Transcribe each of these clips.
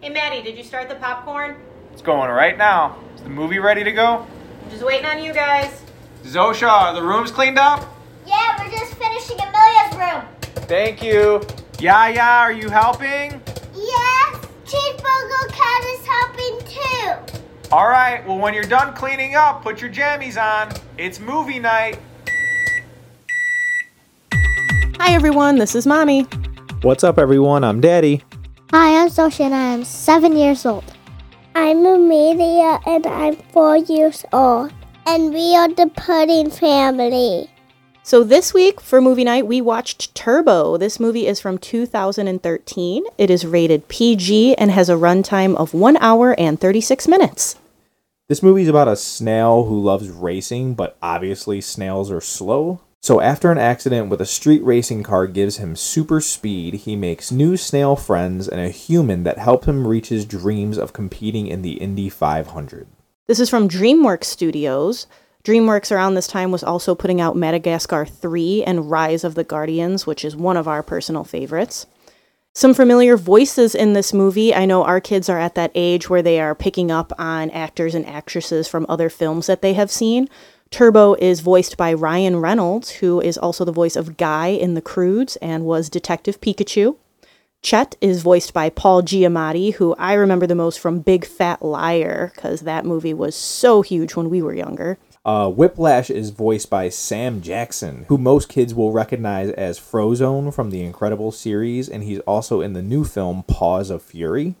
Hey Maddie, did you start the popcorn? It's going right now. Is the movie ready to go? I'm just waiting on you guys. Zosha, are the rooms cleaned up? Yeah, we're just finishing Amelia's room. Thank you. Yeah, yeah, are you helping? Yes, Cheeseburger Cat is helping too. All right, well, when you're done cleaning up, put your jammies on. It's movie night. Hi everyone, this is Mommy. What's up, everyone? I'm Daddy. Hi, I'm Zosha and I am seven years old. I'm Amelia and I'm four years old. And we are the pudding family. So this week for movie night, we watched Turbo. This movie is from 2013. It is rated PG and has a runtime of 1 hour and 36 minutes. This movie's about a snail who loves racing, but obviously snails are slow. So, after an accident with a street racing car gives him super speed, he makes new snail friends and a human that help him reach his dreams of competing in the Indy 500. This is from DreamWorks Studios. DreamWorks around this time was also putting out Madagascar 3 and Rise of the Guardians, which is one of our personal favorites. Some familiar voices in this movie. I know our kids are at that age where they are picking up on actors and actresses from other films that they have seen. Turbo is voiced by Ryan Reynolds, who is also the voice of Guy in The Croods and was Detective Pikachu. Chet is voiced by Paul Giamatti, who I remember the most from Big Fat Liar, because that movie was so huge when we were younger. Uh, Whiplash is voiced by Sam Jackson, who most kids will recognize as Frozone from the Incredible series, and he's also in the new film Paws of Fury.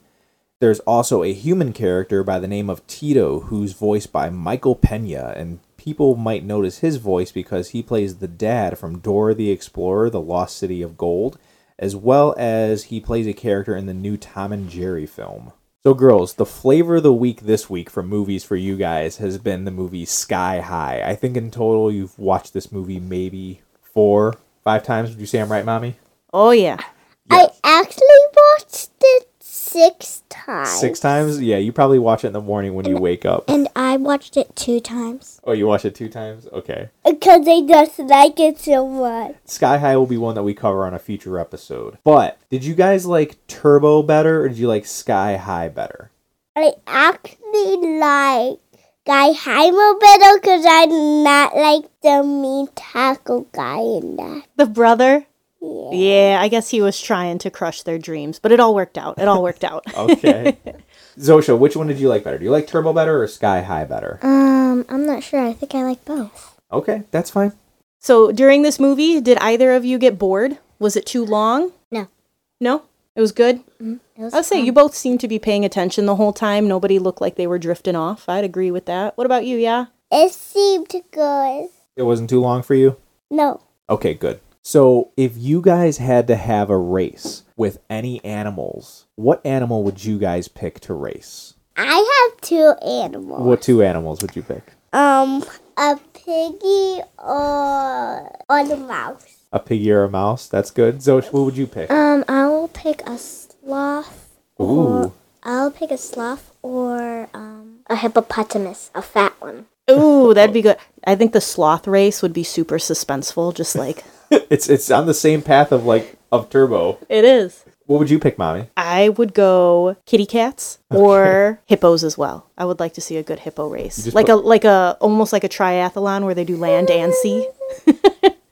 There's also a human character by the name of Tito, who's voiced by Michael Pena, and people might notice his voice because he plays the dad from Dora the Explorer, The Lost City of Gold, as well as he plays a character in the new Tom and Jerry film. So, girls, the flavor of the week this week for movies for you guys has been the movie Sky High. I think in total you've watched this movie maybe four, five times. Would you say I'm right, mommy? Oh, yeah. I actually watched it six times. Six times? Yeah, you probably watch it in the morning when you wake up. And I watched it two times. Oh, you watch it two times? Okay. Because I just like it so much. Sky High will be one that we cover on a future episode. But did you guys like Turbo better or did you like Sky High better? I actually like Guy Heimer better because I not like the mean tackle guy in that. The brother? Yeah, I guess he was trying to crush their dreams, but it all worked out. It all worked out. Okay. Zosha, which one did you like better? Do you like Turbo better or Sky High better? Um, I'm not sure. I think I like both. Okay, that's fine. So during this movie, did either of you get bored? Was it too long? No. Mm-hmm. No? It was good? It was I would say you both seemed to be paying attention the whole time. Nobody looked like they were drifting off. I'd agree with that. What about you, yeah? It seemed good. It wasn't too long for you? No. Okay, good. So, if you guys had to have a race with any animals, what animal would you guys pick to race? I have two animals. What two animals would you pick? Um, a piggy or or the mouse. A piggy or a mouse? That's good. Zosh, what would you pick? Um, I will pick a sloth. Ooh. I'll pick a sloth or um a hippopotamus, a fat one. Ooh, that'd be good. I think the sloth race would be super suspenseful, just like It's it's on the same path of like of Turbo. it is. What would you pick, Mommy? I would go kitty cats or hippos as well. I would like to see a good hippo race. just Like a like a almost like a triathlon where they do land and sea.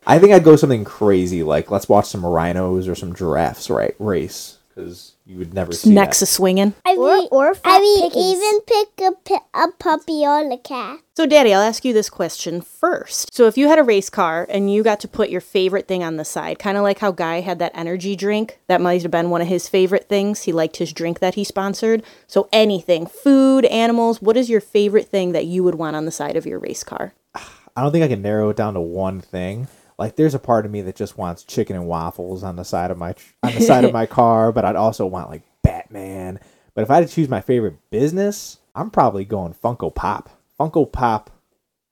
I think I'd go something crazy like let's watch some rhinos or some giraffes right race cuz you would never see that. Nexa swinging. I mean, or I mean, even pick a pi- a puppy or a cat. So, Daddy, I'll ask you this question first. So, if you had a race car and you got to put your favorite thing on the side, kind of like how Guy had that energy drink, that might have been one of his favorite things. He liked his drink that he sponsored. So, anything, food, animals, what is your favorite thing that you would want on the side of your race car? I don't think I can narrow it down to one thing. Like there's a part of me that just wants chicken and waffles on the side of my tr- on the side of my car, but I'd also want like Batman. But if I had to choose my favorite business, I'm probably going Funko Pop. Funko Pop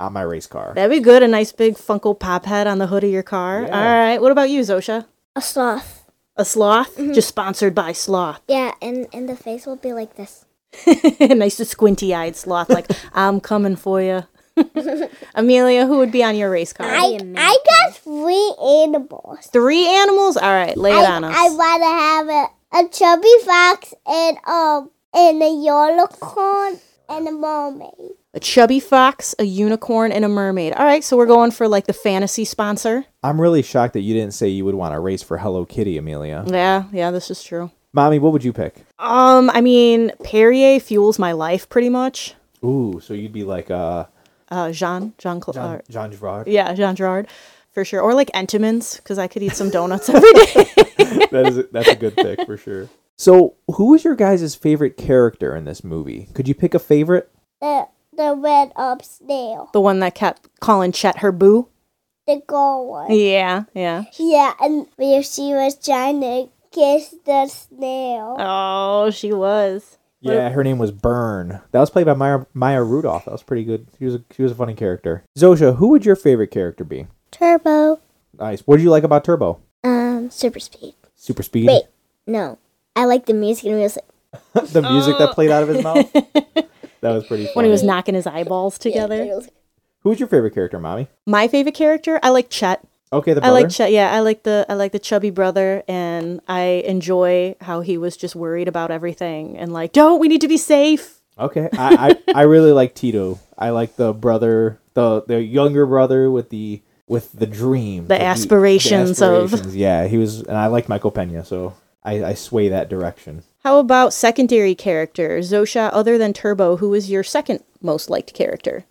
on my race car. That'd be good. A nice big Funko Pop head on the hood of your car. Yeah. All right. What about you, Zosha? A sloth. A sloth? Just sponsored by Sloth. Yeah, and and the face will be like this. nice squinty eyed sloth, like, I'm coming for you. Amelia, who would be on your race car? I I got three animals. Three animals? All right, lay it I, on us. I want to have a a chubby fox and um and a unicorn and a mermaid. A chubby fox, a unicorn, and a mermaid. All right, so we're going for like the fantasy sponsor. I'm really shocked that you didn't say you would want to race for Hello Kitty, Amelia. Yeah, yeah, this is true. Mommy, what would you pick? Um, I mean, Perrier fuels my life pretty much. Ooh, so you'd be like uh, Uh, Jean, Jean, Cla- John, uh, John Gerard. yeah, Jean Gerard, for sure. Or like Entenmann's, because I could eat some donuts every day. that is a, that's a good pick for sure. So, who was your guys' favorite character in this movie? Could you pick a favorite? The the red up snail. the one that kept calling Chet her boo. The gold one. Yeah, yeah. Yeah, and where she was trying to kiss the snail. Oh, she was. Yeah, her name was Byrne. That was played by Maya, Maya Rudolph. That was pretty good. She was a, she was a funny character. Zosha, who would your favorite character be? Turbo. Nice. What did you like about Turbo? Um, super speed. Super speed. Wait, no. I like the music and it was like, the music that played out of his mouth. that was pretty. Funny. When he was knocking his eyeballs together. Who was your favorite character, mommy? My favorite character, I like Chet. Okay, the I brother. like Chet. Yeah, I like the I like the chubby brother, and I enjoy how he was just worried about everything and like, don't we need to be safe? okay, I, I I really like Tito. I like the brother, the the younger brother with the with the dream, The aspirations of- of. Yeah, he was, and I liked Michael Pena, so I I sway that direction. How about secondary character Zosha? Other than Turbo, who is your second most liked character?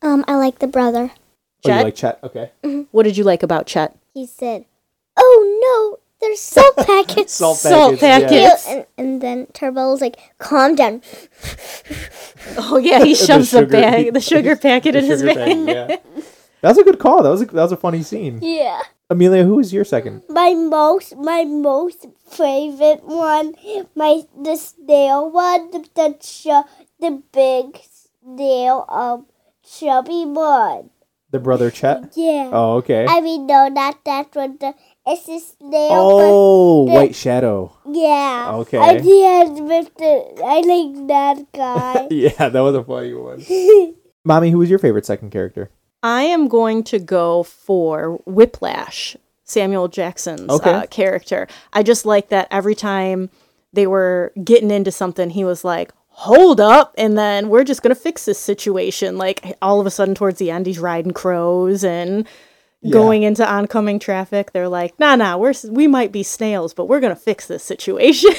Um, I like the brother. Oh, Chet? you like Chet? Okay. What did you like about Chet? he said, Oh no, there's salt packets. Salt Salt packets, yeah. packets. and, and then Turbo was like, calm down. Oh yeah, he shoves the, sugar- bag, the sugar packet The in his sugar bag. packet, yeah. That was a good call. That was a, that was a funny scene. Yeah. Amelia, who was your second? My most, my most favorite one, my the snail one, the the, chu- the big snail, um, chubby one. The brother Chet. Yeah. Oh, okay. I mean, no, not that one. The it's the snail. Oh, the- White Shadow. But yeah. Okay. And he has Mr. I like that guy. Yeah, that was a funny one. Mommy, who was your favorite second character? I am going to go for Whiplash, Samuel Jackson's Okay. uh, character. I just like that every time they were getting into something, he was like, hold up, and then we're just going to fix this situation. Like, all of a sudden, towards the end, he's riding crows and going into oncoming traffic. They're like, nah, nah, we're, s- we might be snails, but we're going to fix this situation.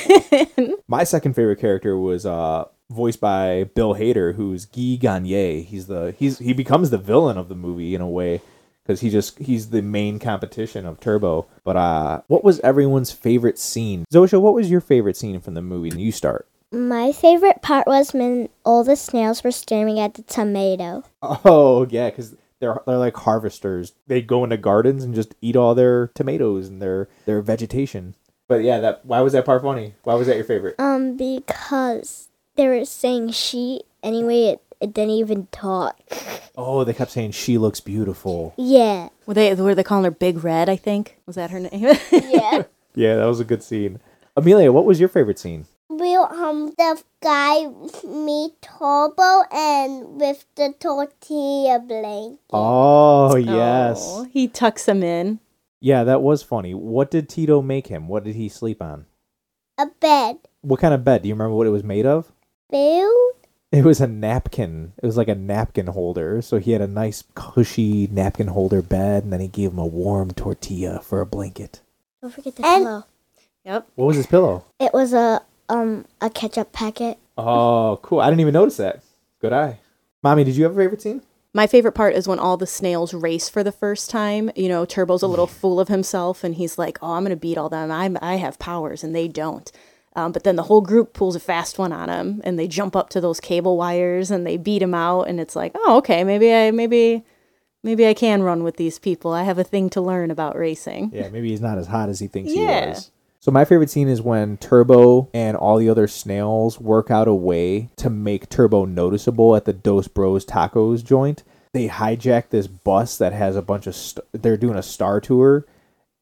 My second favorite character was uh voiced by Bill Hader, who's Guy Gagne. He's the he's he becomes the villain of the movie in a way because he just he's the main competition of Turbo. But uh what was everyone's favorite scene? Zosha, what was your favorite scene from the movie? You start. My favorite part was when all the snails were staring at the tomato. Oh yeah, because they're they're like harvesters. They go into gardens and just eat all their tomatoes and their their vegetation. But yeah, that why was that part funny? Why was that your favorite? Uh, Um, because they were saying she, anyway, it, it didn't even talk. Oh, they kept saying she looks beautiful. Yeah. were, they, were they calling her Big Red, I think? Was that her name? Yeah. Yeah, that was a good scene. Amelia, what was your favorite scene? Will um the guy meet Turbo and with the tortilla blanket. Oh, yes. Oh, he tucks him in. Yeah, that was funny. What did Tito make him? What did he sleep on? A bed. What kind of bed? Do you remember what it was made of? Bill? It was a napkin. It was like a napkin holder. So he had a nice cushy napkin holder bed, and then he gave him a warm tortilla for a blanket. Don't forget the And- pillow. Yep. What was his pillow? It was a, um, a ketchup packet. Oh, cool. I didn't even notice that. Good eye. Mommy, did you have a favorite scene? My favorite part is when all the snails race for the first time. You know, Turbo's a little fool of himself, and he's like, "Oh, I'm gonna beat all them. I'm I have powers, and they don't." Um, but then the whole group pulls a fast one on him, and they jump up to those cable wires and they beat him out. And it's like, "Oh, okay, maybe I maybe maybe I can run with these people. I have a thing to learn about racing." Yeah, maybe he's not as hot as he thinks he Yeah. was. So my favorite scene is when Turbo and all the other snails work out a way to make Turbo noticeable at the Dos Bros Tacos joint. They hijack this bus that has a bunch of st- they're doing a star tour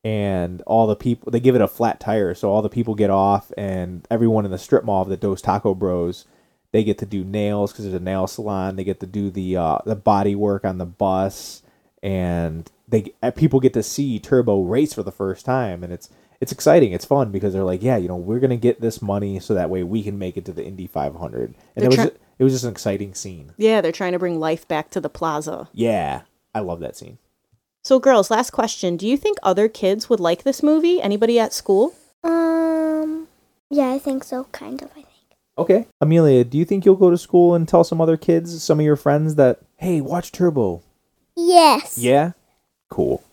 and all the people they give it a flat tire so all the people get off and everyone in the strip mall of the Dos Taco Bros they get to do nails because there's a nail salon. They get to do the uh, the body work on the bus, and they uh, people get to see Turbo race for the first time, and it's it's exciting. It's fun because they're like, yeah, you know, we're gonna get this money so that way we can make it to the Indy 500, and it was try- ju- it was just an exciting scene. Yeah, they're trying to bring life back to the plaza. Yeah, I love that scene. So, girls, last question. Do you think other kids would like this movie? Anybody at school? Um, yeah, I think so. Kind of, I think. Okay, Amelia, do you think you'll go to school and tell some other kids, some of your friends, that hey, watch Turbo? Yes. Yeah. Cool.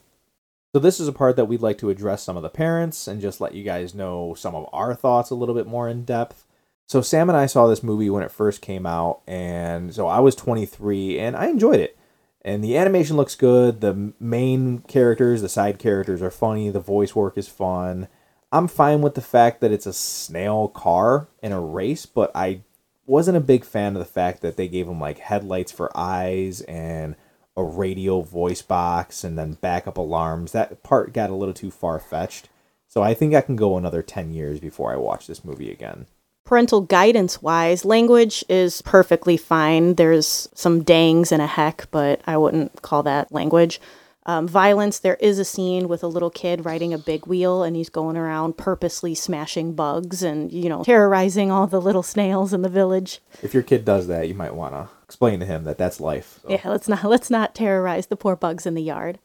So this is a part that we'd like to address some of the parents and just let you guys know some of our thoughts a little bit more in depth. So Sam and I saw this movie when it first came out and so I was 23 and I enjoyed it. And the animation looks good, the m- main characters, the side characters are funny, the voice work is fun. I'm fine with the fact that it's a snail car in a race, but I wasn't a big fan of the fact that they gave him like headlights for eyes and a radio voice box and then backup alarms. That part got a little too far fetched. So I think I can go another 10 years before I watch this movie again. Parental guidance wise, language is perfectly fine. There's some dangs and a heck, but I wouldn't call that language. Um, violence, there is a scene with a little kid riding a big wheel and he's going around purposely smashing bugs and, you know, terrorizing all the little snails in the village. If your kid does that, you might want to explain to him that that's life. So- Yeah, let's not let's not terrorize the poor bugs in the yard.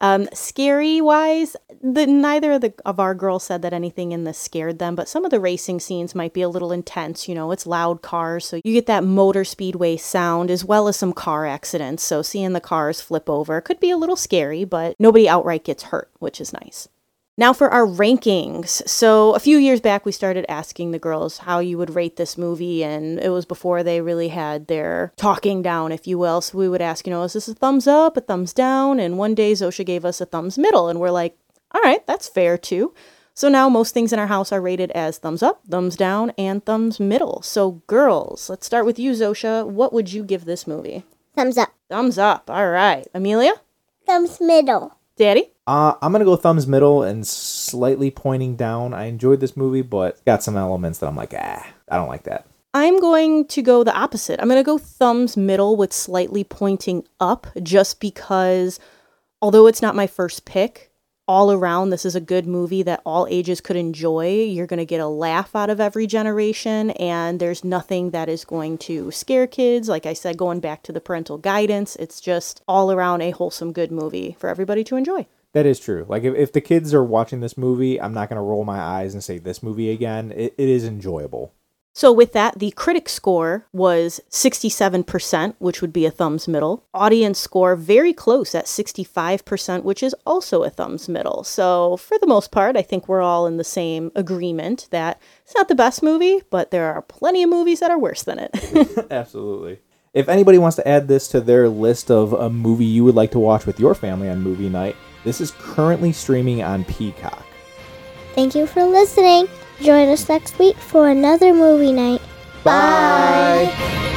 Um, scary wise, the, neither of the of our girls said that anything in this scared them, but some of the racing scenes might be a little intense. You know, it's loud cars, so you get that motor speedway sound as well as some car accidents. So seeing the cars flip over could be a little scary, but nobody outright gets hurt, which is nice. Now for our rankings. So a few years back, we started asking the girls how you would rate this movie, and it was before they really had their talking down, if you will. So we would ask, you know, is this a thumbs up, a thumbs down? And one day Zosha gave us a thumbs middle, and we're like, all right, that's fair too. So now most things in our house are rated as thumbs up, thumbs down, and thumbs middle. So girls, let's start with you, Zosha. What would you give this movie? Thumbs up. Thumbs up. All right, Amelia, Thumbs middle. Daddy. Uh, I'm going to go thumbs middle and slightly pointing down. I enjoyed this movie, but it's got some elements that I'm like, ah, I don't like that. I'm going to go the opposite. I'm going to go thumbs middle with slightly pointing up just because although it's not my first pick, all around this is a good movie that all ages could enjoy. You're going to get a laugh out of every generation and there's nothing that is going to scare kids. Like I said going back to the parental guidance, it's just all around a wholesome good movie for everybody to enjoy. That is true. Like if, if the kids are watching this movie, I'm not going to roll my eyes and say this movie again. It, it is enjoyable. So, with that, the critic score was 67%, which would be a thumbs middle. Audience score very close at 65%, which is also a thumbs middle. So, for the most part, I think we're all in the same agreement that it's not the best movie, but there are plenty of movies that are worse than it. Absolutely. If anybody wants to add this to their list of a movie you would like to watch with your family on movie night, this is currently streaming on Peacock. Thank you for listening. Join us next week for another movie night. Bye.